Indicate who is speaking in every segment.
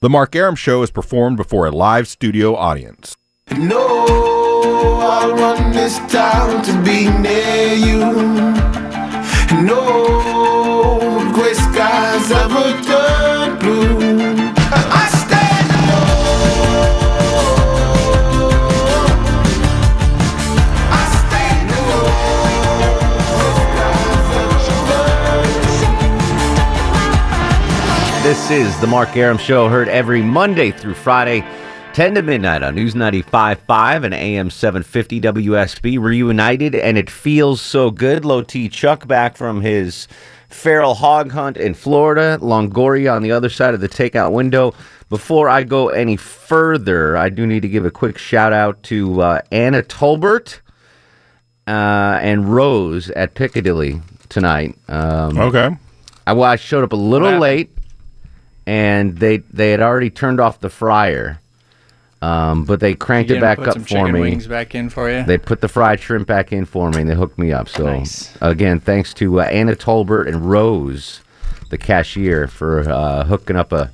Speaker 1: The Mark Aram Show is performed before a live studio audience.
Speaker 2: No, I want this town to be near you. No gray skies ever turn blue. I stand alone. I stand
Speaker 3: This is the Mark Aram Show, heard every Monday through Friday, 10 to midnight on News 95.5 and AM 750 WSB. Reunited, and it feels so good. Low T Chuck back from his feral hog hunt in Florida. Longoria on the other side of the takeout window. Before I go any further, I do need to give a quick shout out to uh, Anna Tolbert uh, and Rose at Piccadilly tonight. Um,
Speaker 1: Okay.
Speaker 3: I, well, I showed up a little late, and they they had already turned off the fryer, um, but they cranked it
Speaker 4: You gonna
Speaker 3: back
Speaker 4: put
Speaker 3: up
Speaker 4: some
Speaker 3: for
Speaker 4: chicken
Speaker 3: me.
Speaker 4: Wings back in for you.
Speaker 3: They put the fried shrimp back in for me, and they hooked me up. So
Speaker 4: Nice.
Speaker 3: again, thanks to uh, Anna Tolbert and Rose, the cashier, for uh, hooking up a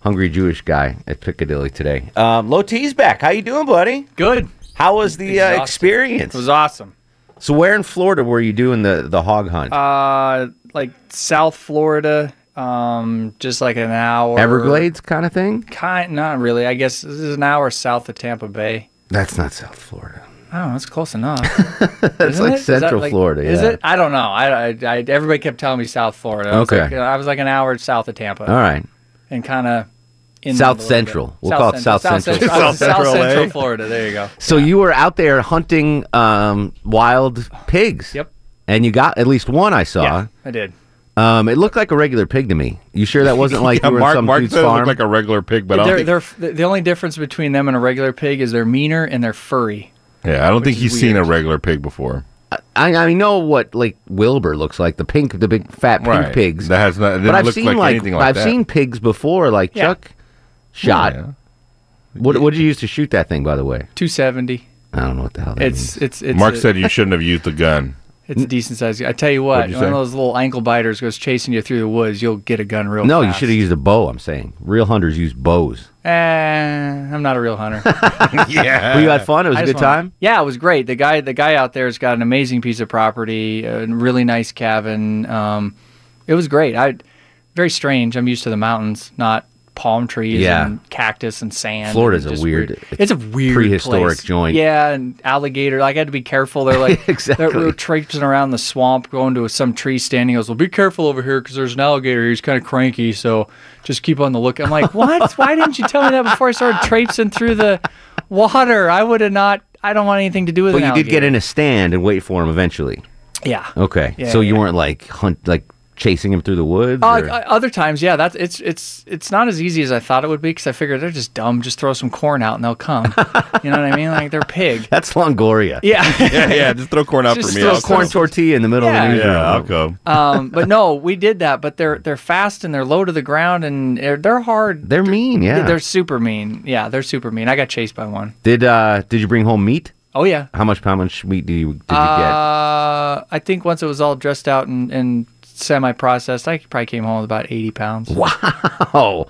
Speaker 3: hungry Jewish guy at Piccadilly today. Um, Low T's back. How you doing, buddy?
Speaker 4: Good.
Speaker 3: How was the uh,
Speaker 4: Exhausted.
Speaker 3: experience?
Speaker 4: It was awesome.
Speaker 3: so where in Florida were you doing the the hog hunt?
Speaker 4: Uh, like South Florida, um, just like an hour.
Speaker 3: Everglades kind of thing?
Speaker 4: Kind, not really. I guess this is an hour south of Tampa Bay.
Speaker 3: That's not South Florida.
Speaker 4: I don't know. It's close enough. That's
Speaker 3: like Central Florida,
Speaker 4: Is
Speaker 3: yeah.
Speaker 4: it? I don't know. I, I, I everybody kept telling me South Florida. I was
Speaker 3: Okay.
Speaker 4: like- I was like an hour south of Tampa,
Speaker 3: All right.
Speaker 4: and kind of.
Speaker 3: South Central. We'll call it South Central.
Speaker 4: South Central, eh?
Speaker 1: South
Speaker 4: South
Speaker 1: Central
Speaker 4: Central
Speaker 1: LA.
Speaker 4: Florida. There you go.
Speaker 3: So you were out there hunting um, wild pigs.
Speaker 4: Yep.
Speaker 3: And you got at least one I saw.
Speaker 4: Yeah, I did.
Speaker 3: Um, it looked like a regular pig to me. You sure that wasn't like
Speaker 1: Yeah,
Speaker 3: you were in
Speaker 1: Mark,
Speaker 3: some
Speaker 1: Mark
Speaker 3: dude's
Speaker 1: said it looked
Speaker 3: farm?
Speaker 1: like a regular pig, but I
Speaker 4: They're,
Speaker 1: don't
Speaker 4: they're, the the only difference between them and a regular pig is they're meaner and they're furry.
Speaker 1: think, yeah, I don't think
Speaker 4: is
Speaker 1: he's seen a
Speaker 4: weird.
Speaker 1: regular pig before.
Speaker 3: I, I know what like Wilbur looks like, the pink, the big fat pink
Speaker 1: Right.
Speaker 3: pigs.
Speaker 1: That has not. It didn't
Speaker 3: but I've
Speaker 1: look
Speaker 3: seen
Speaker 1: like,
Speaker 3: like,
Speaker 1: anything like
Speaker 3: I've
Speaker 1: that.
Speaker 3: seen pigs before, like
Speaker 4: Yeah.
Speaker 3: Chuck shot.
Speaker 1: Yeah.
Speaker 3: What what did you use to shoot that thing? By the way,
Speaker 4: 270.
Speaker 3: I don't know what the hell. That means.
Speaker 4: It's it's it's
Speaker 1: Mark
Speaker 4: a,
Speaker 1: said you shouldn't have used the gun.
Speaker 4: it's a decent size. I tell you what,
Speaker 1: What'd you
Speaker 4: one of
Speaker 1: say?
Speaker 4: those little ankle biters goes chasing you through the woods. You'll get a gun real.
Speaker 3: no. You
Speaker 4: fast.
Speaker 3: should have used a bow. I'm saying real hunters use bows.
Speaker 4: Eh, I'm not a real hunter. it
Speaker 1: yeah.
Speaker 3: Well, you had
Speaker 1: Uh,
Speaker 3: fun. It was a good time.
Speaker 4: Yeah, it was great. The guy the guy out there's got an amazing piece of property, a really nice cabin. Um, it was great. I very strange. I'm used to the mountains, not palm trees
Speaker 3: Yeah.
Speaker 4: and cactus and sand.
Speaker 3: Florida's a
Speaker 4: Just
Speaker 3: weird-
Speaker 4: It's a weird
Speaker 3: prehistoric
Speaker 4: place.
Speaker 3: joint.
Speaker 4: Yeah, and alligator. Like I had to be careful. They're like
Speaker 3: Exactly.
Speaker 4: They're, we were traipsing around the swamp, going to some tree standing. He goes, "Well, be careful over here because there's an alligator. here. He's kind of cranky, so just keep on the look." I'm like, "What? Why didn't you tell me that before I started traipsing through the water? I would have not. I don't want anything to do with
Speaker 3: But
Speaker 4: an
Speaker 3: you did get
Speaker 4: alligator."
Speaker 3: in a stand and wait for him eventually.
Speaker 4: Yeah.
Speaker 3: Okay.
Speaker 4: Yeah,
Speaker 3: so you
Speaker 4: yeah.
Speaker 3: weren't like hunt like chasing him through the woods.
Speaker 4: Uh,
Speaker 3: or-
Speaker 4: uh, other times, yeah, that's it's it's it's not as easy as I thought it would be because I figured they're just dumb. Just throw some corn out and they'll come. you know what I mean? Like they're pig.
Speaker 3: That's Longoria.
Speaker 4: Yeah.
Speaker 1: yeah, yeah. Just throw corn out
Speaker 4: Just
Speaker 1: for me.
Speaker 4: throw
Speaker 1: I'll
Speaker 4: I'll
Speaker 3: Corn
Speaker 1: come.
Speaker 3: tortilla in the middle of
Speaker 4: Yeah.
Speaker 3: the newsroom.
Speaker 1: Yeah, I'll go.
Speaker 4: um, but no, we did that. But they're they're fast and they're low to the ground and they're, they're hard.
Speaker 3: They're mean. Yeah.
Speaker 4: They're super mean. Yeah, they're super mean. I got chased by one.
Speaker 3: Did uh did you bring home meat?
Speaker 4: Oh yeah.
Speaker 3: How much how much meat did you did you
Speaker 4: Uh, I think once it was all dressed out and, and semi-processed, I probably came home with about eighty pounds.
Speaker 3: get? Oh.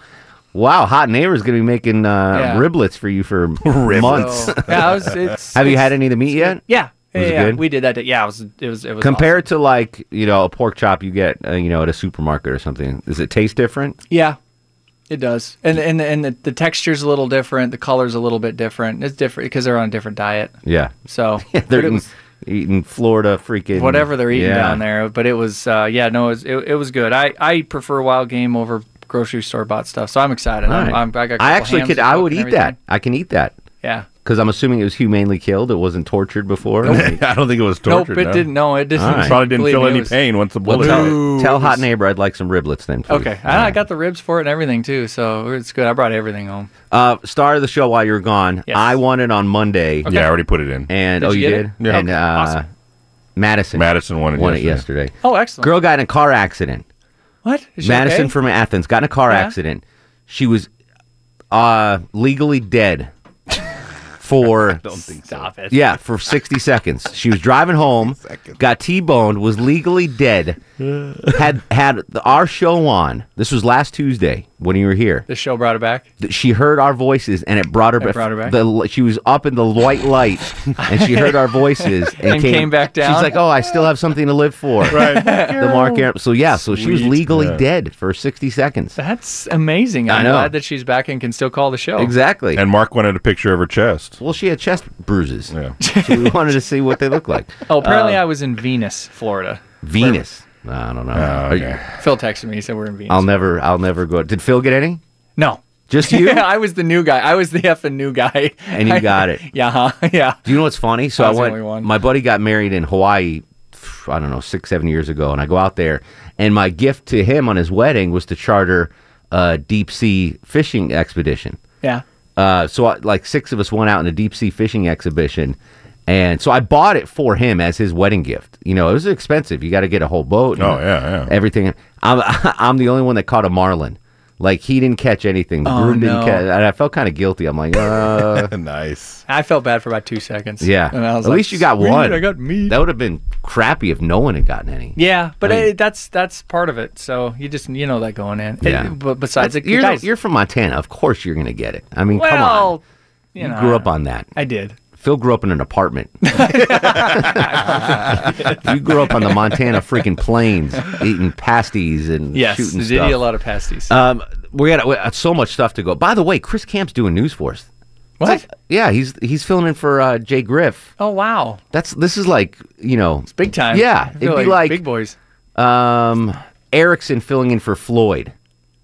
Speaker 3: Wow, hot neighbor's gonna be making uh,
Speaker 4: Yeah.
Speaker 3: riblets for you for months.
Speaker 4: So, yeah, it was, it's,
Speaker 3: Have you
Speaker 4: it's-
Speaker 3: had any of the meat yet?
Speaker 4: Yeah, yeah,
Speaker 3: Was it
Speaker 4: yeah,
Speaker 3: good?
Speaker 4: we did that. Day. Yeah, it was. It was. It was.
Speaker 3: Compare it to like you know a pork chop you get uh, you know at a supermarket or something. Does it taste different?
Speaker 4: awesome. Yeah, it does. And and and the, the texture's a little different. The color's a little bit different. It's different because they're on a different diet.
Speaker 3: Yeah,
Speaker 4: So
Speaker 3: they're
Speaker 4: but it
Speaker 3: eating,
Speaker 4: was-
Speaker 3: eating Florida freaking
Speaker 4: whatever they're eating
Speaker 3: Yeah.
Speaker 4: down there. But it was, uh, yeah, no, it was, it, it was good. I, I prefer wild game over grocery store bought stuff, so I'm excited.
Speaker 3: All
Speaker 4: I'm,
Speaker 3: right.
Speaker 4: I'm, I got. a couple
Speaker 3: I actually
Speaker 4: hams
Speaker 3: could.
Speaker 4: to
Speaker 3: I
Speaker 4: cook
Speaker 3: would
Speaker 4: and
Speaker 3: eat that.
Speaker 4: everything.
Speaker 3: I can eat that
Speaker 4: Yeah.
Speaker 3: because I'm assuming it was humanely killed. It wasn't tortured before.
Speaker 1: I don't think it was torture.
Speaker 4: nope, it
Speaker 1: no.
Speaker 4: didn't. No, it didn't.
Speaker 3: All right.
Speaker 1: Probably didn't
Speaker 4: Believe
Speaker 1: feel
Speaker 4: me, it
Speaker 1: any
Speaker 4: was-
Speaker 1: pain once the
Speaker 3: Well,
Speaker 1: bullet. hit it.
Speaker 3: tell,
Speaker 4: it
Speaker 3: tell
Speaker 4: was-
Speaker 3: hot neighbor I'd like some riblets then. please.
Speaker 4: Okay, I, I got the ribs for it and everything too, so it's good. I brought everything home.
Speaker 3: Uh, star of the show while you're gone.
Speaker 4: Yes.
Speaker 3: I won it on Monday.
Speaker 1: Yeah, I already put it in.
Speaker 3: And
Speaker 4: Did
Speaker 3: oh,
Speaker 4: you
Speaker 3: you
Speaker 4: get
Speaker 3: did.
Speaker 4: it?
Speaker 1: Yeah.
Speaker 3: And uh,
Speaker 1: Okay, awesome.
Speaker 3: Madison.
Speaker 1: Madison won it
Speaker 3: won
Speaker 1: yesterday.
Speaker 3: it yesterday.
Speaker 4: Oh, excellent.
Speaker 3: Girl got in a car accident.
Speaker 4: what? Is she
Speaker 3: Madison
Speaker 4: okay?
Speaker 3: from Athens got in a car
Speaker 4: Yeah.
Speaker 3: accident. She was uh, legally dead for
Speaker 4: Stop it.
Speaker 3: Yeah, for 60 seconds. She was driving home, got T boned, was legally dead had had the, our show on. This was last Tuesday when you were here.
Speaker 4: The show brought it back.
Speaker 3: Th- She heard our voices and it brought her, back.
Speaker 4: brought her back.
Speaker 3: The, l- she was up in the white light and she heard our voices and,
Speaker 4: And came back down?
Speaker 3: She's like, "Oh, I still have something to live for." Right. the Mark Aram. So yeah, so she was
Speaker 1: Sweet.
Speaker 3: legally
Speaker 1: Yeah.
Speaker 3: dead for 60
Speaker 4: Oh.
Speaker 3: seconds.
Speaker 4: That's amazing.
Speaker 3: I
Speaker 4: I'm
Speaker 3: know.
Speaker 4: glad that she's back and can still call the show.
Speaker 3: Exactly.
Speaker 1: And Mark wanted a picture of her chest.
Speaker 3: well, she had chest bruises.
Speaker 1: Yeah.
Speaker 3: So we wanted to see what they look like.
Speaker 4: Oh, apparently
Speaker 3: uh,
Speaker 4: I was in Venus, Florida.
Speaker 3: Venus. I don't know.
Speaker 1: Uh, Oh,
Speaker 3: Are you-
Speaker 4: Phil texted me. He said we're in Venus.
Speaker 3: I'll never. I'll never go. Did Phil get any?
Speaker 4: no.
Speaker 3: Just you?
Speaker 4: Yeah, I was the new guy. I was the effing new guy.
Speaker 3: And you got it.
Speaker 4: Yeah, huh? yeah.
Speaker 3: Do you know what's funny? So
Speaker 4: I
Speaker 3: I,
Speaker 4: was the only
Speaker 3: went.
Speaker 4: one.
Speaker 3: My buddy got married in Hawaii. pff, I don't know, six, seven years ago, and I go out there, and my gift to him on his wedding was to charter a deep sea fishing expedition.
Speaker 4: Yeah.
Speaker 3: Uh, so I, like six of us went out in a deep sea fishing exhibition, and so I bought it for him as his wedding gift. You know, it was expensive. You got to get a whole boat. and
Speaker 1: Oh, yeah, yeah.
Speaker 3: Everything. I'm I'm the only one that caught a marlin. Like he didn't catch anything. The
Speaker 4: Oh,
Speaker 3: groom
Speaker 4: no.
Speaker 3: didn't catch, and I felt kind of guilty. I'm like, uh,
Speaker 1: nice.
Speaker 4: I felt bad for about two seconds.
Speaker 3: yeah.
Speaker 4: And I was
Speaker 3: At
Speaker 4: like,
Speaker 3: least you got
Speaker 4: "Sweet,
Speaker 3: one.
Speaker 4: I got me.
Speaker 3: That would have been crappy if no one had gotten any.
Speaker 4: yeah, but
Speaker 3: I mean-
Speaker 4: eh, that's that's part of it. So you just you know that going in. Eh,
Speaker 3: Yeah.
Speaker 4: but besides, it,
Speaker 3: you're,
Speaker 4: guys,
Speaker 3: you're from Montana. Of course you're gonna get it. I mean,
Speaker 4: well,
Speaker 3: come on.
Speaker 4: you,
Speaker 3: You
Speaker 4: know,
Speaker 3: grew up on that.
Speaker 4: I did.
Speaker 3: Phil grew up in an apartment. you grew up on the Montana freaking plains, eating pasties and
Speaker 4: Yes,
Speaker 3: shooting
Speaker 4: did eat
Speaker 3: stuff.
Speaker 4: a lot of pasties.
Speaker 3: um, we got we got so much stuff to go. By the way, Chris Camp's doing news for us.
Speaker 4: what?
Speaker 3: Yeah, he's he's filling in for uh, Jay Griff.
Speaker 4: oh wow,
Speaker 3: That's this is like you know
Speaker 4: it's big time.
Speaker 3: Yeah,
Speaker 4: I feel
Speaker 3: it'd be like-
Speaker 4: big boys.
Speaker 3: um, Erickson filling in for Floyd.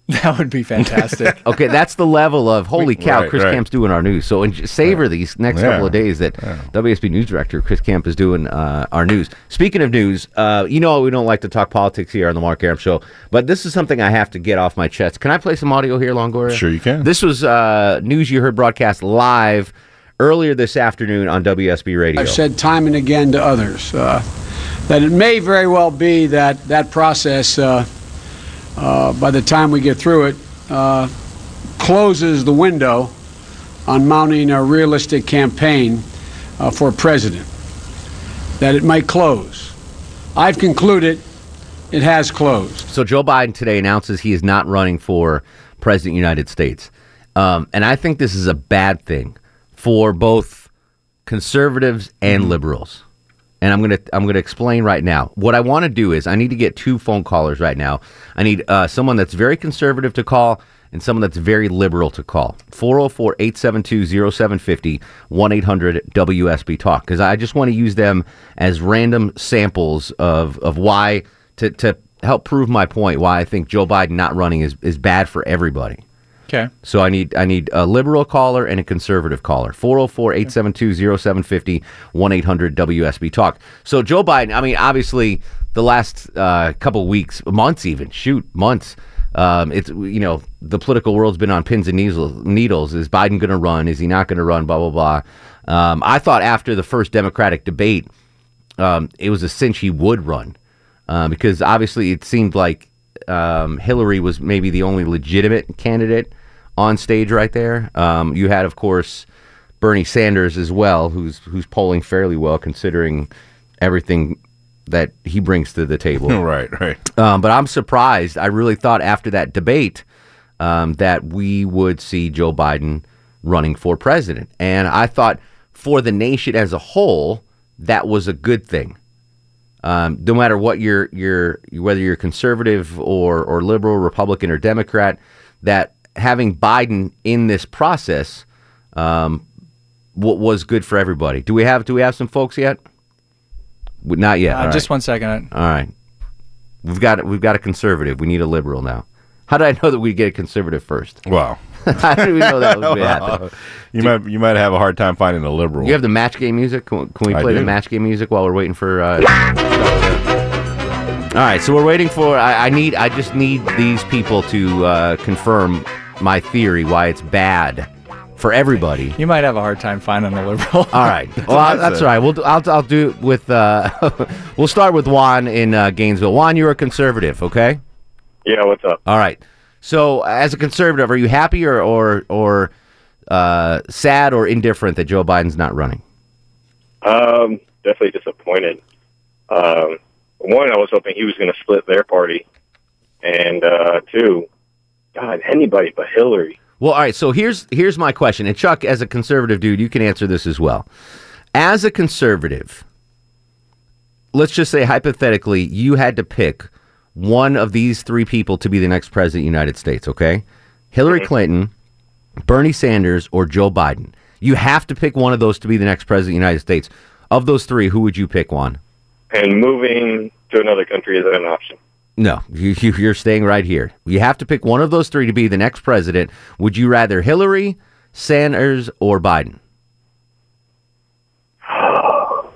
Speaker 4: That would be fantastic.
Speaker 3: Okay, that's the level of holy cow.
Speaker 1: Right,
Speaker 3: Chris
Speaker 1: right.
Speaker 3: Camp's doing our news. So and savor these next
Speaker 1: Yeah.
Speaker 3: couple of days that WSB News Director Chris Camp is doing uh, our news. Speaking of news, uh, you know we don't like to talk politics here on the Mark Aram Show, but this is something I have to get off my chest. Can I play some audio here, Longoria?
Speaker 1: Sure you can.
Speaker 3: This was uh, news you heard broadcast live earlier this afternoon on WSB Radio.
Speaker 5: I've said time and again to others uh, that it may very well be that that process, uh, uh, by the time we get through it, uh, closes the window on mounting a realistic campaign uh, for president. That it might close. I've concluded it has closed.
Speaker 3: So Joe Biden today announces he is not running for president of the United States. Um, and I think this is a bad thing for both conservatives and liberals. And I'm gonna I'm gonna explain right now. What I want to do is I need to get two phone callers right now. I need uh, someone that's very conservative to call and someone that's very liberal to call. 404-872-0750 1-800-WSB talk cuz I just want to use them as random samples of of why to to help prove my point why I think Joe Biden not running is is bad for everybody.
Speaker 4: okay.
Speaker 3: So I need I need a liberal caller and a conservative caller. 404-872-0750 1-800-WSB talk. So Joe Biden, I mean obviously the last uh, couple weeks, months even, shoot, months. Um, it's you know the political world's been on pins and needles. Needles is Biden going to run? Is he not going to run? Blah blah blah. Um, I thought after the first Democratic debate, um, it was a cinch he would run uh, because obviously it seemed like um, Hillary was maybe the only legitimate candidate on stage right there. Um, you had, of course, Bernie Sanders as well, who's who's polling fairly well considering everything that he brings to the table.
Speaker 1: Right, right.
Speaker 3: Um, but I'm surprised. I really thought after that debate um, that we would see Joe Biden running for president. And I thought for the nation as a whole, that was a good thing. Um, no matter what your your whether you're conservative or or liberal, Republican or Democrat, that having Biden in this process um, wa- was good for everybody. Do we have do we have some folks yet? W- Not yet.
Speaker 4: Uh,
Speaker 3: All right.
Speaker 4: Just one second.
Speaker 3: All right. We've got we've got a conservative. We need a liberal now. How did I know that we'd get a conservative first?
Speaker 1: Wow.
Speaker 3: How did we know that would happen?
Speaker 1: You might you might have a hard time finding a liberal.
Speaker 3: You have the match game music. Can we, can we
Speaker 1: I
Speaker 3: play the
Speaker 1: do.
Speaker 3: match game music while we're waiting for? Uh, All right, so we're waiting for. I, I need. I just need these people to uh, confirm my theory why it's bad for everybody.
Speaker 4: You might have a hard time finding a liberal.
Speaker 3: All right. Well, I- that's
Speaker 1: said.
Speaker 3: all right. We'll do, I'll, I'll do it with. Uh, we'll start with Juan in uh, Gainesville. Juan, you're a conservative, okay?
Speaker 6: Yeah, what's up?
Speaker 3: All right. So, as a conservative, are you happy or or or uh, sad or indifferent that Joe Biden's not running?
Speaker 6: Um, definitely disappointed. Um, one, I was hoping he was going to split their party, and uh, two, God, anybody but Hillary.
Speaker 3: Well, all right. So here's here's my question, and Chuck, as a conservative dude, you can answer this as well. As a conservative, let's just say hypothetically, you had to pick one of these three people to be the next president of the United States. Okay, Hillary Clinton, Bernie Sanders, or Joe Biden. You have to pick one of those to be the next president of the United States. Of those three, who would you pick one?
Speaker 6: And moving to another country isn't an option.
Speaker 3: No, you, you, you're staying right here. You have to pick one of those three to be the next president. Would you rather Hillary, Sanders, or Biden?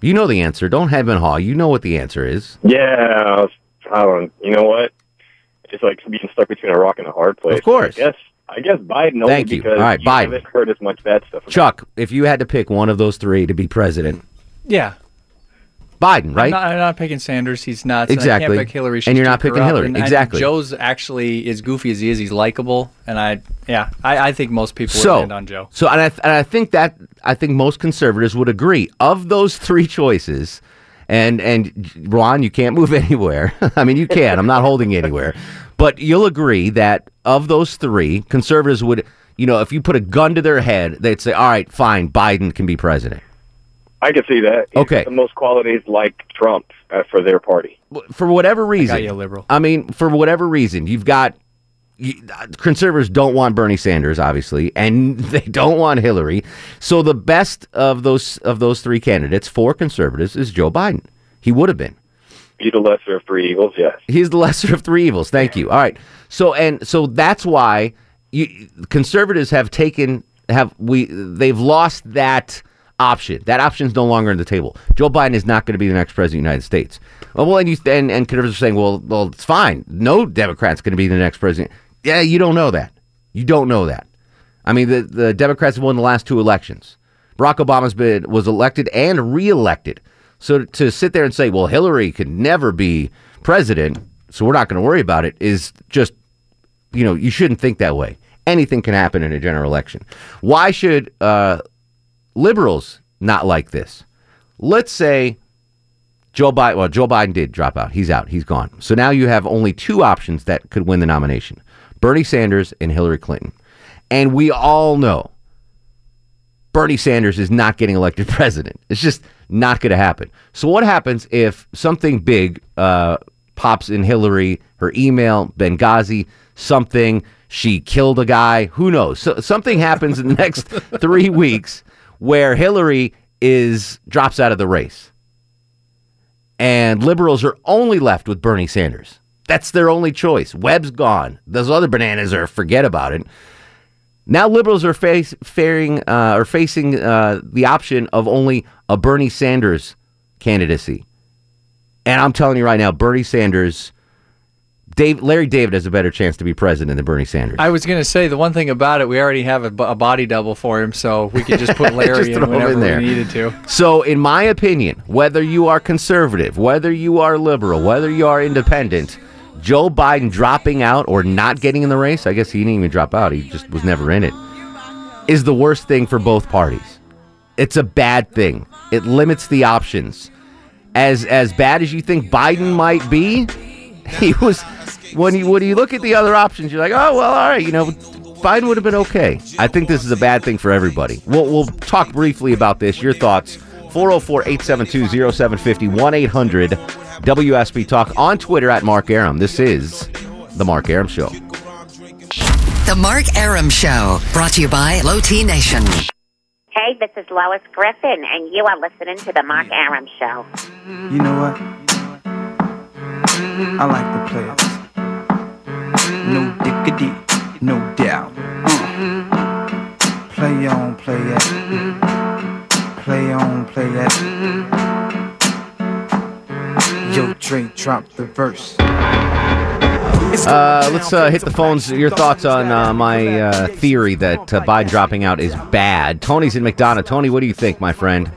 Speaker 3: You know the answer. Don't have and haw. You know what the answer is.
Speaker 6: Yeah, I, was, I don't. You know what? It's like being stuck between a rock and a hard place.
Speaker 3: Of course.
Speaker 6: I guess. I guess Biden. only
Speaker 3: Thank you.
Speaker 6: Because
Speaker 3: All right,
Speaker 6: you
Speaker 3: Biden.
Speaker 6: haven't heard as much bad stuff.
Speaker 3: Chuck, if you had to pick one of those three to be president,
Speaker 4: Yeah.
Speaker 3: Biden, right?
Speaker 4: I'm not, I'm not picking Sanders. He's nuts. and I
Speaker 3: Exactly.
Speaker 4: can't pick Hillary.
Speaker 3: And
Speaker 4: She's
Speaker 3: you're not
Speaker 4: too
Speaker 3: picking
Speaker 4: corrupt.
Speaker 3: Hillary.
Speaker 4: And I-
Speaker 3: Exactly.
Speaker 4: Joe's actually as goofy as he is. He's likable, and I, yeah, I, I think most people would
Speaker 3: so,
Speaker 4: land on Joe.
Speaker 3: so, and I, and I think that I think most conservatives would agree of those three choices. And and Ron, you can't move anywhere. I mean, you can. I'm not holding you anywhere, but you'll agree that of those three, conservatives would, you know, if you put a gun to their head, they'd say, "All right, fine, Biden can be president."
Speaker 6: I can see that. He's
Speaker 3: Okay.
Speaker 6: got The most qualities like Trump uh, for their party.
Speaker 3: for whatever reason,
Speaker 4: you, liberal.
Speaker 3: I mean, for whatever reason, you've got you, uh, conservatives don't want Bernie Sanders, obviously, and they don't want Hillary. So the best of those of those three candidates for conservatives is Joe Biden. He would have been.
Speaker 6: Be the lesser of three evils. Yes.
Speaker 3: He's the lesser of three evils. Thank you. All right. So and so that's why you, conservatives have taken have we they've lost that option. That option's no longer on the table. Joe Biden is not going to be the next president of the United States. Oh, well, and you and, and conservatives are saying, well, well, it's fine. No Democrat's going to be the next president. Yeah, you don't know that. You don't know that. I mean, the, the Democrats have won the last two elections. Barack Obama's been was elected and reelected. So to sit there and say, well, Hillary could never be president, so we're not going to worry about it, is just, you know, you shouldn't think that way. Anything can happen in a general election. Why should uh, liberals not like this? Let's say Joe Biden. Well, Joe Biden did drop out. He's out. He's gone. So now you have only two options that could win the nomination: Bernie Sanders and Hillary Clinton. And we all know Bernie Sanders is not getting elected president. It's just not going to happen. So what happens if something big uh, pops in Hillary? Her email, Benghazi, something. She killed a guy. Who knows? So, something happens in the next three weeks where Hillary is drops out of the race and liberals are only left with Bernie Sanders. That's their only choice. Webb's gone. Those other bananas are forget about it. Now liberals are face, faring uh, are facing uh, the option of only a Bernie Sanders candidacy, and I'm telling you right now, Bernie Sanders, Dave, Larry David has a better chance to be president than Bernie Sanders.
Speaker 4: I was gonna say the one thing about it, we already have a, bo- a body double for him, so we could just put Larry
Speaker 3: Just throw
Speaker 4: in
Speaker 3: him
Speaker 4: whenever
Speaker 3: in there.
Speaker 4: we needed to.
Speaker 3: So, in my opinion, whether you are conservative, whether you are liberal, whether you are independent, Joe Biden dropping out or not getting in the race, I guess he didn't even drop out, he just was never in it, is the worst thing for both parties. It's a bad thing. It limits the options. As as bad as you think Biden might be, he was when you when you look at the other options, you're like, oh well, all right, you know, Biden would have been okay. I think this is a bad thing for everybody. We'll we'll talk briefly about this. Your thoughts? 404-872-0750, 1-800 WSB Talk on Twitter at Mark Aram. This is the Mark Aram Show.
Speaker 7: The Mark Aram Show, brought to you by Low T Nation.
Speaker 8: Hey, this is Lois Griffin, and you are listening to The Mark Aram Show.
Speaker 9: You know what? I like the players. No dickity, no doubt. Uh. Play on, play it. Play on, play it. Yo, Dre, drop the verse.
Speaker 3: Uh, let's uh, hit the phones. Your thoughts on uh, my uh, theory that uh, Biden dropping out is bad. Tony's in McDonough. Tony, what do you think, my friend?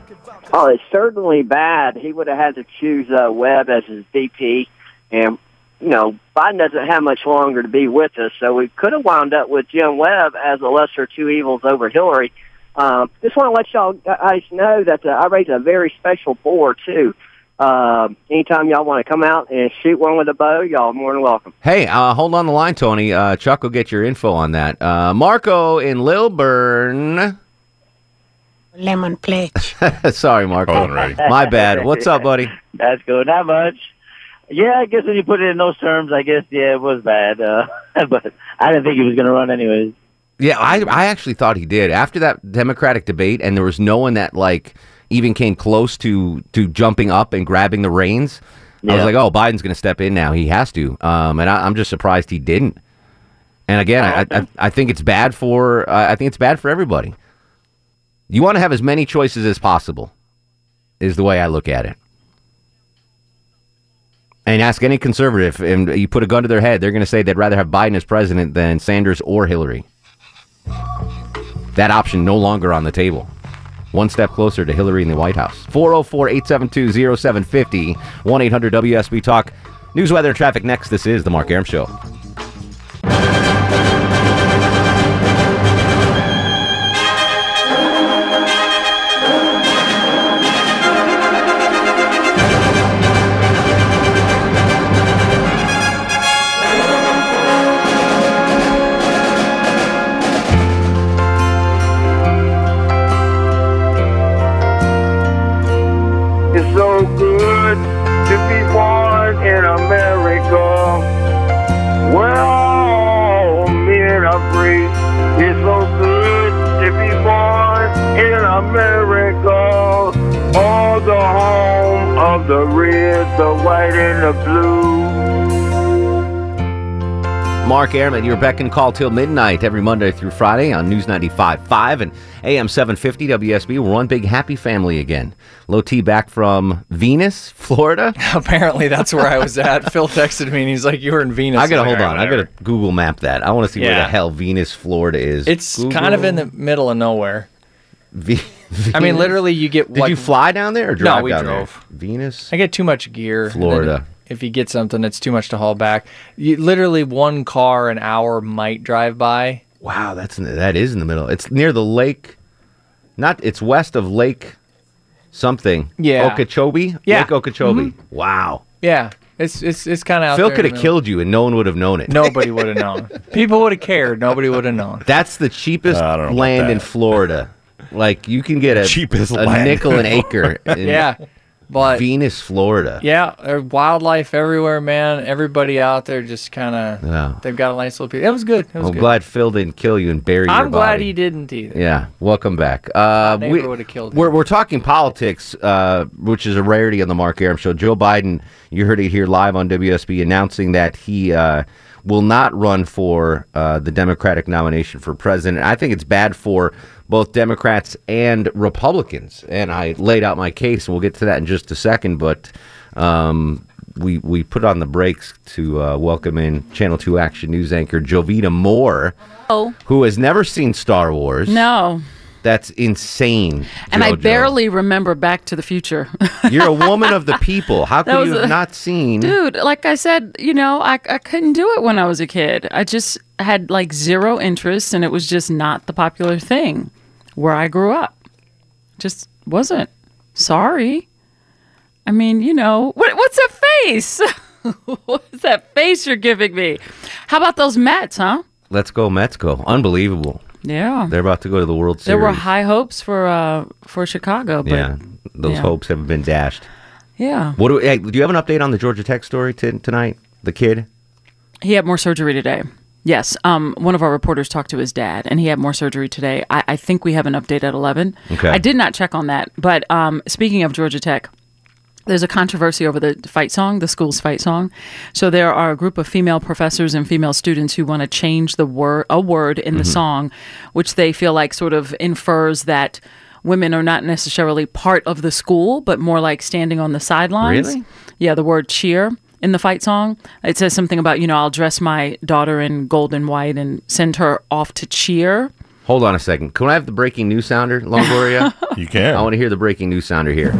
Speaker 10: Oh, it's certainly bad. He would have had to choose uh, Webb as his VP, and you know Biden doesn't have much longer to be with us, so we could have wound up with Jim Webb as a lesser of two evils over Hillary. Um, just want to let y'all guys know that uh, I raised a very special boar too. Um, anytime y'all want to come out and shoot one with a bow, y'all are more than welcome.
Speaker 3: Hey, uh, hold on the line, Tony. Uh, Chuck will get your info on that. Uh, Marco in Lilburn.
Speaker 11: Lemon pledge.
Speaker 3: Sorry, Marco.
Speaker 11: Hold on, ready.
Speaker 3: My bad. What's up, buddy?
Speaker 12: That's good. Not much. Yeah, I guess when you put it in those terms, I guess yeah, it was bad. Uh, but I didn't think he was going to run anyways.
Speaker 3: Yeah, I, I actually thought he did after that Democratic debate, and there was no one that like even came close to to jumping up and grabbing the reins. I was
Speaker 12: Yeah.
Speaker 3: like, oh, Biden's going to step in now. He has to, um, and I, I'm just surprised he didn't. And again, I, I I think it's bad for uh, I think it's bad for everybody. You want to have as many choices as possible, is the way I look at it. And ask any conservative, and you put a gun to their head, they're going to say they'd rather have Biden as president than Sanders or Hillary. That option no longer on the table. One step closer to Hillary in the White House. 404 872 0750 1 800 WSB Talk. News, weather, and traffic next. This is The Mark Aram Show.
Speaker 13: It's so good to be born in America. Where all men are free. It's so good to be born in America. All the home of the red, the white, and the blue.
Speaker 3: Mark Ehrman, your beck and call till midnight every Monday through Friday on News 95.5 and AM 750 WSB. We're one big happy family again. Low T back from Venus, Florida.
Speaker 4: Apparently, that's where I was at. Phil texted me and he's like, "You were in Venus."
Speaker 3: I gotta
Speaker 4: I'm like,
Speaker 3: hold on.
Speaker 4: "All right,
Speaker 3: I gotta Google map that. I want to see where
Speaker 4: Yeah.
Speaker 3: the hell Venus, Florida is.
Speaker 4: It's kind of in the middle of nowhere.
Speaker 3: Ve-
Speaker 4: I mean,
Speaker 3: Venus?
Speaker 4: literally, you get.
Speaker 3: Did you fly down there or
Speaker 4: no?
Speaker 3: drive
Speaker 4: We
Speaker 3: down there?
Speaker 4: drove.
Speaker 3: Venus.
Speaker 4: I get too much gear. and then
Speaker 3: Florida.
Speaker 4: If you get something that's too much to haul back, you, literally one car an hour might drive by.
Speaker 3: Wow, that's in the- that is in the middle. It's near the lake. Not it's west of Lake something.
Speaker 4: Yeah.
Speaker 3: Okeechobee.
Speaker 4: Yeah.
Speaker 3: Lake Okeechobee. Wow.
Speaker 4: Yeah, it's it's it's kind of out
Speaker 3: Phil
Speaker 4: there
Speaker 3: could
Speaker 4: in
Speaker 3: have
Speaker 4: the middle.
Speaker 3: killed you and no one would have known it.
Speaker 4: Nobody would have known. People would have cared. Nobody would have known.
Speaker 3: That's the cheapest land in Florida. Like you can get a
Speaker 4: Cheapest
Speaker 3: a
Speaker 4: land
Speaker 3: nickel
Speaker 4: in
Speaker 3: an acre. in
Speaker 4: Yeah, but
Speaker 3: Venus, Florida.
Speaker 4: Yeah, there's wildlife everywhere, man. Everybody out there just kind of
Speaker 3: Yeah.
Speaker 4: they've got a nice little piece. It was good. It was
Speaker 3: I'm
Speaker 4: good.
Speaker 3: glad Phil didn't kill you and bury your
Speaker 4: I'm glad
Speaker 3: body.
Speaker 4: he didn't either.
Speaker 3: Yeah, welcome back. Uh,
Speaker 4: neighbor
Speaker 3: we,
Speaker 4: would've killed
Speaker 3: we're, we're talking politics, uh, which is a rarity on the Mark Aram show. Joe Biden, you heard it here live on WSB, announcing that he uh, will not run for uh, the Democratic nomination for president. I think it's bad for both Democrats and Republicans. And I laid out my case, and we'll get to that in just a second. But um, we we put on the brakes to uh, welcome in Channel Two Action News anchor Jovita Moore,
Speaker 14: Oh.
Speaker 3: who has never seen Star Wars.
Speaker 14: No.
Speaker 3: That's insane.
Speaker 14: And I
Speaker 3: Jojo.
Speaker 14: barely remember Back to the Future.
Speaker 3: You're a woman of the people. How
Speaker 14: That
Speaker 3: can you
Speaker 14: was
Speaker 3: have
Speaker 14: a-
Speaker 3: not seen?
Speaker 14: Dude, like I said, you know, I, I couldn't do it when I was a kid. I just had like zero interest and it was just not the popular thing where I grew up. Just wasn't. Sorry. I mean, you know, what, what's that face? what's that face you're giving me? How about those Mets, huh?
Speaker 3: Let's go Mets go. Unbelievable.
Speaker 14: Yeah.
Speaker 3: They're about to go to the World
Speaker 14: There
Speaker 3: Series.
Speaker 14: were high hopes for uh for Chicago, but
Speaker 3: yeah. Those
Speaker 14: yeah.
Speaker 3: hopes have been dashed.
Speaker 14: Yeah.
Speaker 3: What do, we, hey, do you have an update on the Georgia Tech story t- tonight? The kid?
Speaker 14: He had more surgery today. Yes. Um, one of our reporters talked to his dad, and he had more surgery today. I, I think we have an update at 11.
Speaker 15: Okay.
Speaker 14: I did not check on that. But um, speaking of Georgia Tech, there's a controversy over the fight song, the school's fight song. So there are a group of female professors and female students who want to change the word a word in the
Speaker 16: Mhm.
Speaker 14: song, which they feel like sort of infers that women are not necessarily part of the school, but more like standing on the sidelines.
Speaker 16: Really?
Speaker 14: Yeah, the word cheer in the fight song. It says something about, you know, I'll dress my daughter in gold and white and send her off to cheer.
Speaker 3: Hold on a second. Can I have the breaking news sounder, Longoria? you can. I want to hear the breaking news sounder here.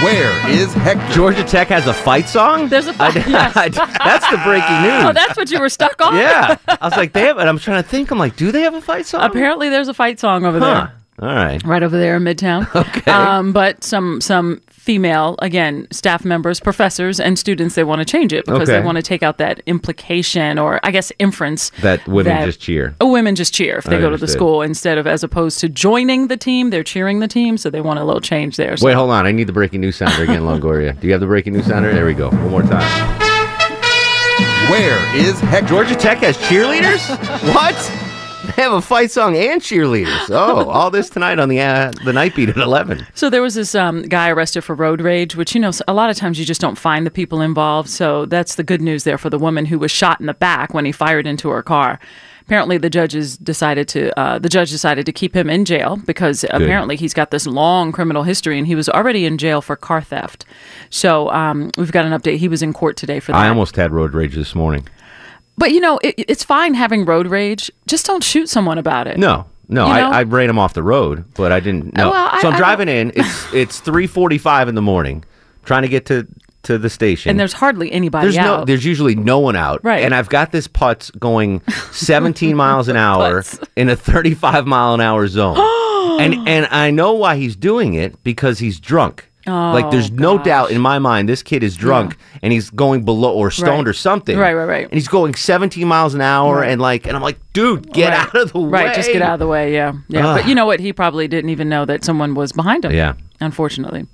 Speaker 3: Where is Hector? Georgia Tech has a fight song?
Speaker 14: There's a
Speaker 3: fight That's the breaking news.
Speaker 14: Oh, that's what you were stuck on?
Speaker 3: yeah. I was like, they have, and I'm trying to think. I'm like, do they have a fight song?
Speaker 14: Apparently, there's a fight song over
Speaker 3: Huh.
Speaker 14: there.
Speaker 3: All right.
Speaker 14: right over there in Midtown. Okay. Um, but some some female again staff members, professors, and students they want to change it because
Speaker 3: Okay.
Speaker 14: they want to take out that implication or I guess inference
Speaker 3: That women just cheer.
Speaker 14: Oh, women just cheer if they
Speaker 3: I
Speaker 14: go to the
Speaker 3: understand.
Speaker 14: school instead of as opposed to joining the team, they're cheering the team, so they want a little change there. So
Speaker 3: Wait, hold on. I need the breaking news sounder again, Longoria. Do you have the breaking news sounder? There we go. One more time. Where is heck? Georgia Tech has cheerleaders? what? They have a fight song and cheerleaders. Oh, all this tonight on the uh, the night beat at eleven.
Speaker 14: So there was this um, guy arrested for road rage, which you know a lot of times you just don't find the people involved. So that's the good news there for the woman who was shot in the back when he fired into her car. Apparently, the judges decided to uh, the judge decided to keep him in jail because apparently he's got this long criminal history and he was already in jail for car theft. So um, we've got an update. He was in court today for that.
Speaker 3: I almost had road rage this morning.
Speaker 14: but you know, it, it's fine having road rage. Just don't shoot someone about it.
Speaker 3: No, no,
Speaker 14: You know?
Speaker 3: I, I ran him off the road, but I didn't. No,
Speaker 14: Well, I-
Speaker 3: so I'm
Speaker 14: I
Speaker 3: driving in. It's it's three forty five in the morning, trying to get to to the station.
Speaker 14: And there's hardly anybody
Speaker 3: There's
Speaker 14: out.
Speaker 3: no, there's usually no one out,
Speaker 14: Right.
Speaker 3: And I've got this putz going 17 miles an hour in a 35 mile an hour zone, and and I know why he's doing it because he's drunk. like there's
Speaker 14: Oh,
Speaker 3: no doubt in my mind this kid is drunk and he's going below or stoned
Speaker 14: Right.
Speaker 3: or something.
Speaker 14: Right, right, right.
Speaker 3: And he's going 17 miles an hour
Speaker 14: Right.
Speaker 3: and like and I'm like, dude, get
Speaker 14: Right.
Speaker 3: out of the way.
Speaker 14: Right, just get out of the way. Yeah, yeah.
Speaker 3: Ugh.
Speaker 14: But you know what? He probably didn't even know that someone was behind him.
Speaker 3: Yeah.
Speaker 14: Unfortunately,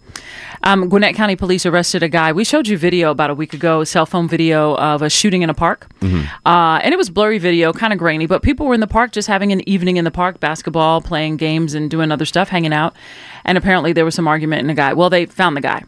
Speaker 14: um, Gwinnett County Police arrested a guy. We showed you video about a week ago, cell phone video of a shooting in a park,
Speaker 3: Mm-hmm.
Speaker 14: uh, and it was blurry video, kind of grainy. But people were in the park, just having an evening in the park, basketball, playing games, and doing other stuff, hanging out. And apparently, there was some argument, and a guy. Well, they found the guy.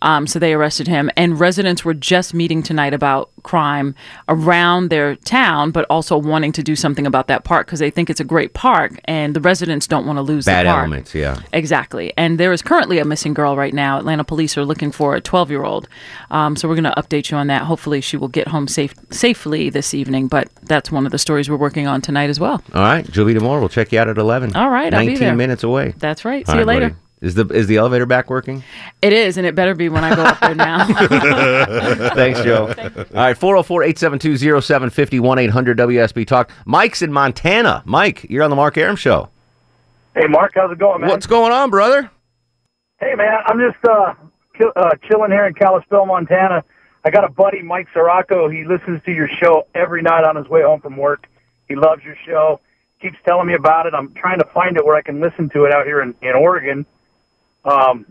Speaker 14: Um, so they arrested him, and residents were just meeting tonight about crime around their town, but also wanting to do something about that park because they think it's a great park, and the residents don't want to lose
Speaker 3: Bad
Speaker 14: the park.
Speaker 3: elements, yeah.
Speaker 14: Exactly. And there is currently a missing girl right now. Atlanta police are looking for a 12 year old. Um, so we're going to update you on that. Hopefully, she will get home safe- safely this evening. But that's one of the stories we're working on tonight as well.
Speaker 3: All right, Jovita Moore, we'll check you out at 11.
Speaker 14: All right, I'll be
Speaker 3: 19
Speaker 14: there.
Speaker 3: minutes away.
Speaker 14: That's right.
Speaker 3: All
Speaker 14: See you
Speaker 3: right,
Speaker 14: later.
Speaker 3: buddy. Is the is the elevator back working?
Speaker 14: It is, and it better be when I go up there now.
Speaker 3: Thanks, Joe. All right, 404 872 0750 800 WSB Talk. Mike's in Montana. Mike, you're on the Mark Aram Show.
Speaker 15: Hey, Mark, how's it going, man?
Speaker 3: What's going on, brother?
Speaker 15: Hey, man, I'm just uh, chill, uh, chilling here in Kalispell, Montana. I got a buddy, Mike Sirocco. He listens to your show every night on his way home from work. He loves your show. Keeps telling me about it. I'm trying to find it where I can listen to it out here in, in Oregon. Um,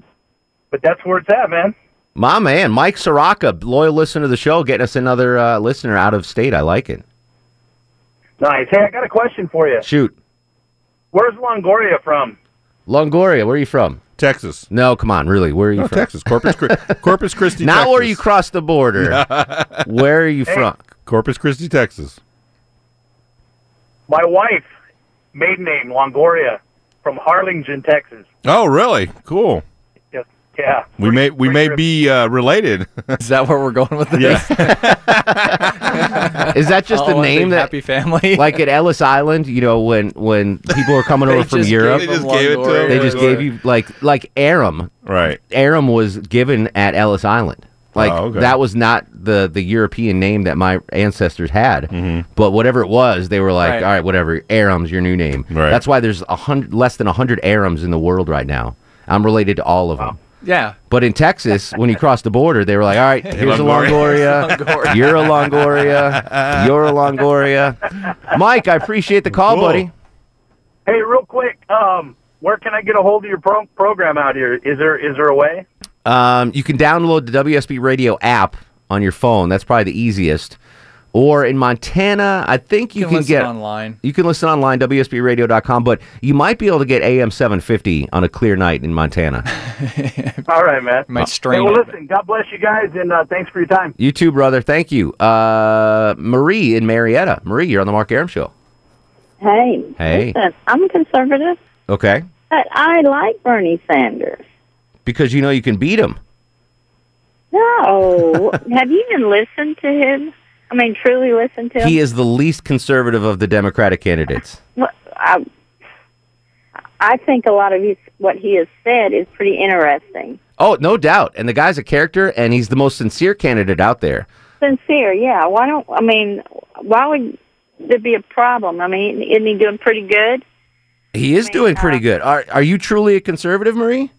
Speaker 15: but that's where it's at, man.
Speaker 3: My man, Mike Soraka, loyal listener to the show, getting us another uh, listener out of state. I like it.
Speaker 15: Nice. Hey, I got a question for you.
Speaker 3: Shoot.
Speaker 15: Where's Longoria from?
Speaker 3: Longoria, where are you from?
Speaker 1: Texas.
Speaker 3: No, come on, really. Where are you
Speaker 1: No,
Speaker 3: from?
Speaker 1: Texas. Corpus, Cri- Corpus Christi,
Speaker 3: Not
Speaker 1: Texas.
Speaker 3: where you cross the border. where are you from?
Speaker 1: Corpus Christi, Texas.
Speaker 15: My wife, maiden name Longoria, from Harlingen, Texas.
Speaker 1: Oh, really? Cool.
Speaker 15: Yes. Yeah.
Speaker 1: We may we may be uh, related.
Speaker 4: Is that where we're going with this?
Speaker 3: Is that just
Speaker 4: Oh,
Speaker 3: the
Speaker 4: one big
Speaker 3: name that
Speaker 4: happy family?
Speaker 3: like at Ellis Island, you know, when when people are coming
Speaker 4: They
Speaker 3: over from
Speaker 4: just
Speaker 3: Europe,
Speaker 4: gave They just them gave it to Longoria. them.
Speaker 3: They just gave you like like Aram,
Speaker 1: right?
Speaker 3: Aram was given at Ellis Island. Like
Speaker 1: Oh, okay.
Speaker 3: that was not the the European name that my ancestors had,
Speaker 1: Mm-hmm.
Speaker 3: but whatever it was, they were like,
Speaker 1: Right.
Speaker 3: all right, whatever, Aram's your new name.
Speaker 1: Right.
Speaker 3: That's why there's a hundred less than a hundred Arams in the world right now. I'm related to all of them.
Speaker 4: Yeah.
Speaker 3: But in Texas, when you cross the border, they were like, "All right,
Speaker 1: Hey,
Speaker 3: here's
Speaker 1: Longoria.
Speaker 3: a Longoria, you're a Longoria, you're a Longoria." Mike, I appreciate the call,
Speaker 15: Cool.
Speaker 3: buddy.
Speaker 15: Hey, real quick, um, where can I get a hold of your pro- program out here? Is there is there a way?
Speaker 3: Um, you can download the WSB Radio app on your phone. That's probably the easiest. Or in Montana, I think you,
Speaker 4: You can listen
Speaker 3: get
Speaker 4: online.
Speaker 3: You can listen online, WSBRadio.com, but you might be able to get AM 750 on a clear night in Montana.
Speaker 15: All right, man.
Speaker 3: Might strain
Speaker 15: Hey, well,
Speaker 3: it.
Speaker 15: listen. God bless you guys, and uh, thanks for your time.
Speaker 3: you too, brother. Thank you. Uh, Marie in Marietta. Marie, you're on the Mark Aram Show.
Speaker 16: Hey,
Speaker 3: Hey.
Speaker 16: listen, I'm a conservative,
Speaker 3: Okay.
Speaker 16: but I like Bernie Sanders.
Speaker 3: Because you know you can beat him.
Speaker 16: No, have you even listened to him? I mean, truly listened to him.
Speaker 3: He is the least conservative of the Democratic candidates.
Speaker 16: Well, I, I think a lot of his what he has said is pretty interesting.
Speaker 3: Oh, no doubt. And the guy's a character, and he's the most sincere candidate out there.
Speaker 16: Sincere, yeah. Why don't I mean? Why would there be a problem? I mean, isn't he doing pretty good?
Speaker 3: He is doing pretty good. Are are you truly a conservative, Marie?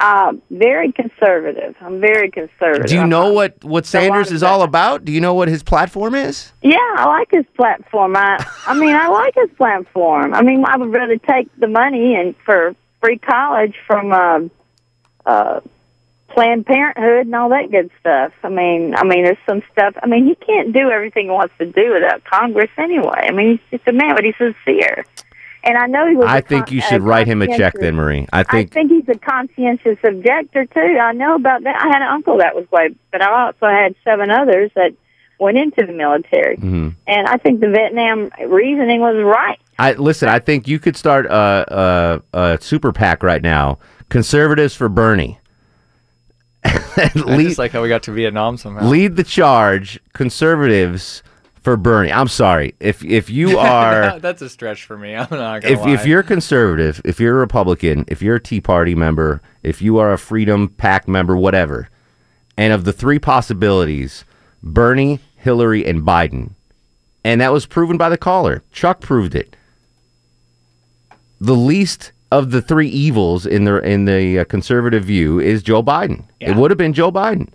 Speaker 14: Uh, very conservative. I'm very conservative.
Speaker 3: Do you know what what Sanders is all about? Do you know what his platform is?
Speaker 14: Yeah, I like his platform. I, I mean, I like his platform. I mean, I would rather take the money and for free college from um, uh, Planned Parenthood and all that good stuff. I mean, I mean, there's some stuff. I mean, he can't do everything he wants to do without Congress anyway. I mean, he's just a man, but he's sincere. And I know he was.
Speaker 3: I
Speaker 14: a
Speaker 3: think
Speaker 14: con-
Speaker 3: you should write him a check then, Marie. I
Speaker 14: I
Speaker 3: think
Speaker 14: think he's a conscientious objector too. I know about that. I had an uncle that was way, but I also had seven others that went into the military.
Speaker 3: Mhm.
Speaker 14: And I think the Vietnam reasoning was right.
Speaker 3: I listen. I think you could start a a, a super PAC right now. Conservatives for Bernie.
Speaker 4: I just like how we got to Vietnam somehow.
Speaker 3: Lead the charge, conservatives for Bernie. I'm sorry if if you are
Speaker 4: That's a stretch for me. I'm not gonna
Speaker 3: if
Speaker 4: lie.
Speaker 3: if you're conservative, if you're a Republican, if you're a Tea Party member, if you are a Freedom Pack member, whatever, and of the three possibilities, Bernie, Hillary, and Biden, and that was proven by the caller. Chuck proved it. The least of the three evils in the in the uh, conservative view is Joe Biden. It would have been Joe Biden.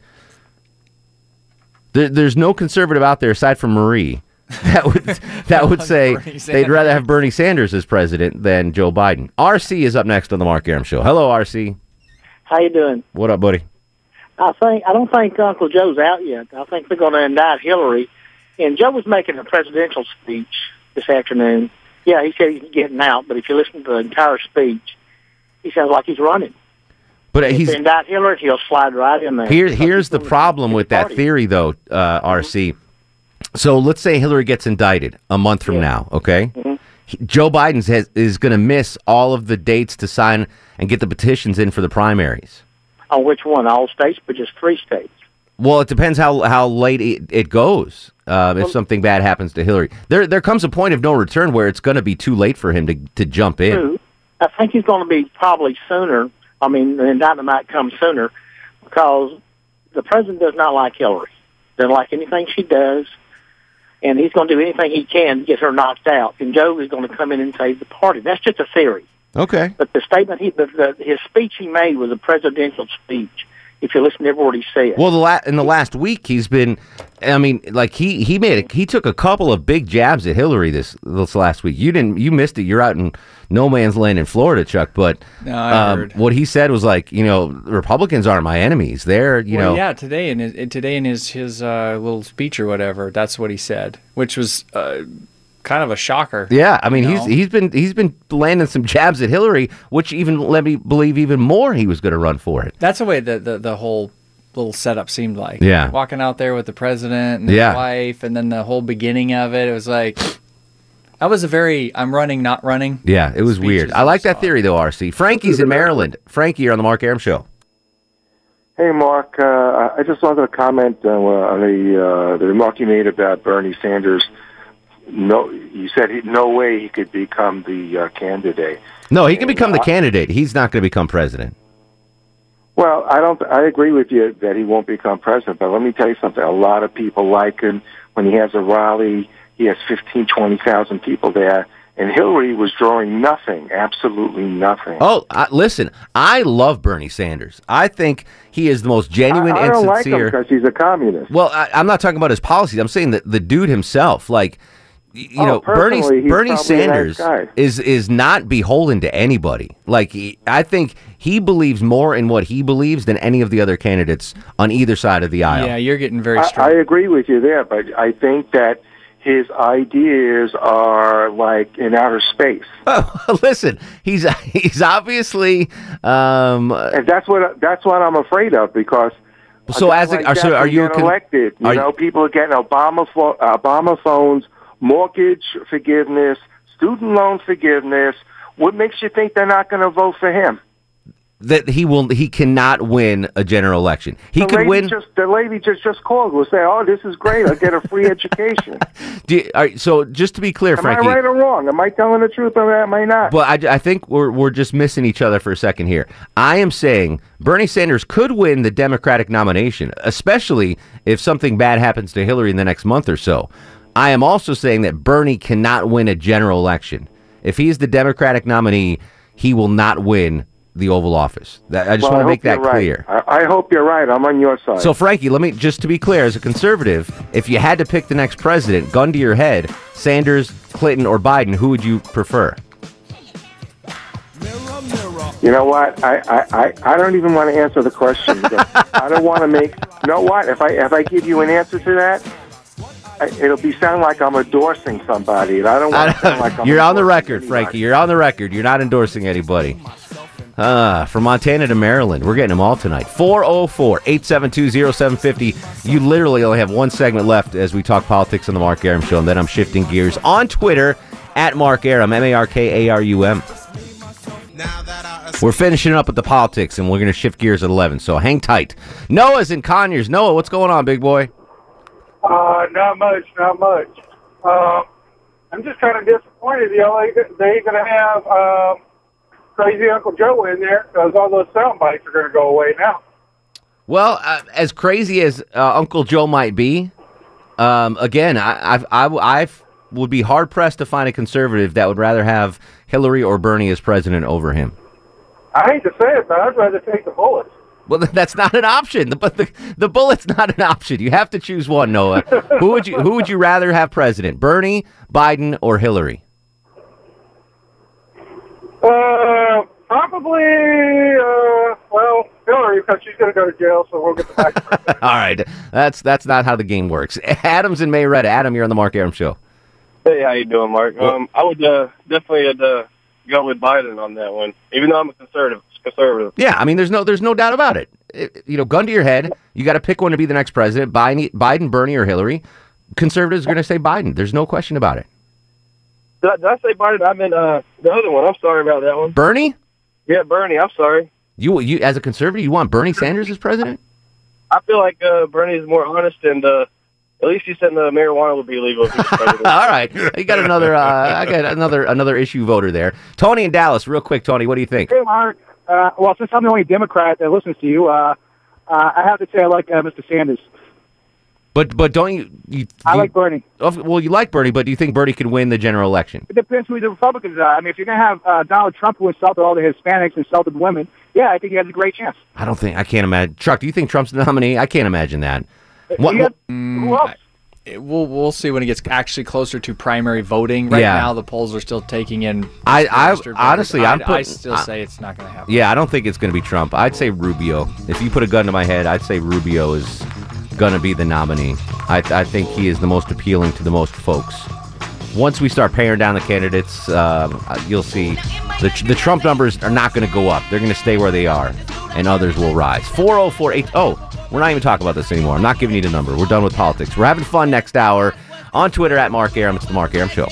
Speaker 3: There, there's no conservative out there aside from Marie that would that would say they'd rather have Bernie Sanders as president than Joe Biden. RC is up next on the Mark Aram Show. Hello, RC.
Speaker 17: How you doing?
Speaker 3: What up, buddy?
Speaker 17: I think I don't think Uncle Joe's out yet. I think they're going to indict Hillary. And Joe was making a presidential speech this afternoon. Yeah, he said he's getting out, but if you listen to the entire speech, he sounds like he's running.
Speaker 3: But
Speaker 17: if
Speaker 3: he's
Speaker 17: they indict Hillary, he'll slide right in there.
Speaker 3: Here, here's the problem with that theory, though, uh, RC. So let's say Hillary gets indicted a month from now, okay? He- Joe Biden has, is going to miss all of the dates to sign and get the petitions in for the primaries.
Speaker 17: On which one? All states, but just three states.
Speaker 3: Well, it depends how how late it, it goes. Uh, if something bad happens to Hillary, there there comes a point of no return where it's going to be too late for him to to jump in.
Speaker 17: Two, I think he's going to be probably sooner. I mean, the indictment might come sooner because the president does not like Hillary. Doesn't like anything she does, and he's going to do anything he can to get her knocked out. And Joe is going to come in and save the party. That's just a theory.
Speaker 3: Okay.
Speaker 17: But the statement he, the, the, his speech he made was a presidential speech. If you listen to every word he said,
Speaker 3: Well, the la- in the last week, he's been. I mean, like he he made a, he took a couple of big jabs at Hillary this this last week. You didn't you missed it. You're out in no man's land in Florida, Chuck. But
Speaker 4: No, I
Speaker 3: um, what he said was like, you know, Republicans aren't my enemies. They're you
Speaker 4: well,
Speaker 3: know.
Speaker 4: yeah, today in his, in- today in his his uh, little speech or whatever, that's what he said, which was uh, kind of a shocker.
Speaker 3: Yeah, I mean
Speaker 4: you
Speaker 3: he's
Speaker 4: know?
Speaker 3: he's been he's been landing some jabs at Hillary, which even let me believe even more he was going to run for it.
Speaker 4: that's the way the, the the whole little setup seemed like.
Speaker 3: Yeah.
Speaker 4: walking out there with the president and his
Speaker 3: Yeah.
Speaker 4: wife, and then the whole beginning of it. It was like that was a very I'm running, not running.
Speaker 3: Yeah, it was weird. I like that theory though, RC. Frankie's in Maryland. Frankie, you're on the Mark Aram show.
Speaker 15: Hey, Mark. Uh, I- I just wanted to comment on, uh, on the uh, the remark you made about Bernie Sanders. No, you said he, no way he could become the uh, candidate.
Speaker 3: No, he can become the candidate. He's not going to become president.
Speaker 15: Well, I don't. I agree with you that he won't become president. But let me tell you something. A lot of people like him. When he has a rally, he has fifteen, twenty thousand people there. And Hillary was drawing nothing, absolutely nothing.
Speaker 3: Oh, I, listen, I love Bernie Sanders. I think he is the most genuine
Speaker 15: I don't
Speaker 3: and
Speaker 15: like him
Speaker 3: sincere.
Speaker 15: because he's a communist.
Speaker 3: well, I, I'm not talking about his policies. I'm saying that the dude himself, like y- you
Speaker 15: Oh,
Speaker 3: know, Bernie
Speaker 15: personally, he's
Speaker 3: Bernie
Speaker 15: probably a nice
Speaker 3: Sanders
Speaker 15: guy.
Speaker 3: is is not beholden to anybody. Like he, I think he believes more in what he believes than any of the other candidates on either side of the aisle.
Speaker 4: Yeah, you're getting very
Speaker 15: I, I agree with you there, but I think that his ideas are like in outer space.
Speaker 3: Uh, listen, he's he's obviously, um,
Speaker 15: and that's what that's what I'm afraid of because.
Speaker 3: So
Speaker 15: guy
Speaker 3: as a-
Speaker 15: like
Speaker 3: are- so
Speaker 15: that
Speaker 3: are
Speaker 15: can
Speaker 3: you a
Speaker 15: get
Speaker 3: con-
Speaker 15: elected? You
Speaker 3: are you-
Speaker 15: know, people are getting Obama pho- Obama phones, mortgage forgiveness, student loan forgiveness. What makes you think they're not going to vote for him?
Speaker 3: that he will he cannot win a general election. He
Speaker 15: the
Speaker 3: could
Speaker 15: lady
Speaker 3: win.
Speaker 15: Just, the lady just just called. Will say, "Oh, this is great. I'll get a free education."
Speaker 3: Do you- all right, so just to be clear,
Speaker 15: Am
Speaker 3: Frankie,
Speaker 15: I right or wrong? Am I telling the truth or am I not?
Speaker 3: But I, I think we're we're just missing each other for a second here. I am saying Bernie Sanders could win the Democratic nomination, especially if something bad happens to Hillary in the next month or so. I am also saying that Bernie cannot win a general election. If he's the Democratic nominee, he will not win the Oval Office. That, I just
Speaker 18: Well,
Speaker 3: want to
Speaker 18: hope
Speaker 3: make that
Speaker 18: you're right.
Speaker 3: clear.
Speaker 18: I, I hope you're right. I'm on your side.
Speaker 3: So, Frankie, let me just to be clear, as a conservative, if you had to pick the next president, gun to your head, Sanders, Clinton, or Biden, who would you prefer?
Speaker 18: You know what? I, I, I, I don't even want to answer the question. because I don't want to make. You know what? If I if I give you an answer to that, I, it'll be sound like I'm endorsing somebody, and I don't want to sound like I'm.
Speaker 3: You're on the record, Frankie. You're on the record. You're not endorsing anybody. Uh, from Montana to Maryland, we're getting them all tonight. 404 872 0750. You literally only have one segment left as we talk politics on the Mark Aram Show, and then I'm shifting gears on Twitter at Mark Aram, M A R K A R U M. We're finishing up with the politics, and we're going to shift gears at 11, so hang tight. Noah's in Conyers. Noah, what's going on, big boy?
Speaker 14: Uh, not much, not much. Um, I'm just kind of disappointed. You know, they- they ain't gonna have um, crazy Uncle Joe in there because all those sound bites are gonna go away now.
Speaker 3: Well, uh, as crazy as uh, Uncle Joe might be, um, again, I, I've, I, w- I f- would be hard pressed to find a conservative that would rather have Hillary or Bernie as president over him.
Speaker 14: I hate to say it, but I'd rather take the bullets.
Speaker 3: Well, th- that's not an option. The, but the, the bullet's not an option. You have to choose one, Noah. who would you Who would you rather have president, Bernie, Biden, or Hillary?
Speaker 14: Uh, probably. Uh, well, Hillary, because she's gonna go to jail, so we'll get the back.
Speaker 3: All right, that's that's not how the game works. Adams and Mayretta. Adam, you're on the Mark Aram show.
Speaker 15: Hey, how you doing, Mark? Um, I would uh, definitely uh, go with Biden on that one, even though I'm a conservative. Conservative.
Speaker 3: Yeah, I mean, there's no there's no doubt about it. It- You know, gun to your head, you got to pick one to be the next president: Biden, Biden Bernie, or Hillary. Conservatives are going to say Biden. There's no question about it.
Speaker 15: Did I, did I say Biden? I meant uh, the other one. I'm sorry about that one.
Speaker 3: Bernie,
Speaker 15: Yeah, Bernie. I'm sorry.
Speaker 3: you you as a conservative, you want Bernie Sanders as president?
Speaker 15: I feel like uh, Bernie is more honest, and uh, at least he said the marijuana would be illegal. If he was
Speaker 3: All
Speaker 15: president.
Speaker 3: right, you got another. Uh, I got another another issue voter there. Tony in Dallas, real quick. Tony, what do you think?
Speaker 19: Hey, Mark. Uh, well, since I'm the only Democrat that listens to you, uh, uh, I have to say I like uh, Mr. Sanders.
Speaker 3: But but don't you? you
Speaker 19: I
Speaker 3: you-
Speaker 19: like Bernie.
Speaker 3: of- Well, you like Bernie, but do you think Bernie could win the general election?
Speaker 19: It depends who the Republicans are. I mean, if you're going to have uh, Donald Trump who insulted all the Hispanics, insulted women, yeah, I think he has a great chance.
Speaker 3: I don't think. I can't imagine. Chuck, do you think Trump's the nominee? I can't imagine that. What- what
Speaker 4: It- we'll we'll see when it gets actually closer to primary voting. Right
Speaker 3: Yeah.
Speaker 4: now, the polls are still taking in.
Speaker 3: I- I-
Speaker 4: registered voters.
Speaker 3: honestly, I'm
Speaker 4: I'd- I
Speaker 3: putting-
Speaker 4: still
Speaker 3: I-
Speaker 4: say it's not going to happen.
Speaker 3: Yeah, I don't think it's going to be Trump. I'd say Rubio. If you put a gun to my head, I'd say Rubio is going to be the nominee. I, I think he is the most appealing to the most folks. Once we start paring down the candidates, um, uh, you'll see the, the Trump numbers are not going to go up. They're going to stay where they are, and others will rise. 4048. Oh, we're not even talking about this anymore. I'm not giving you the number. We're done with politics. We're having fun next hour on Twitter at Mark Aram. It's the Mark Aram Show.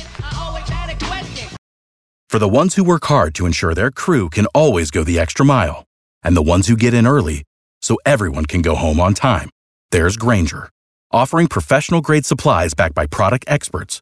Speaker 5: For the ones who work hard to ensure their crew can always go the extra mile, and the ones who get in early so everyone can go home on time, there's Granger, offering professional grade supplies backed by product experts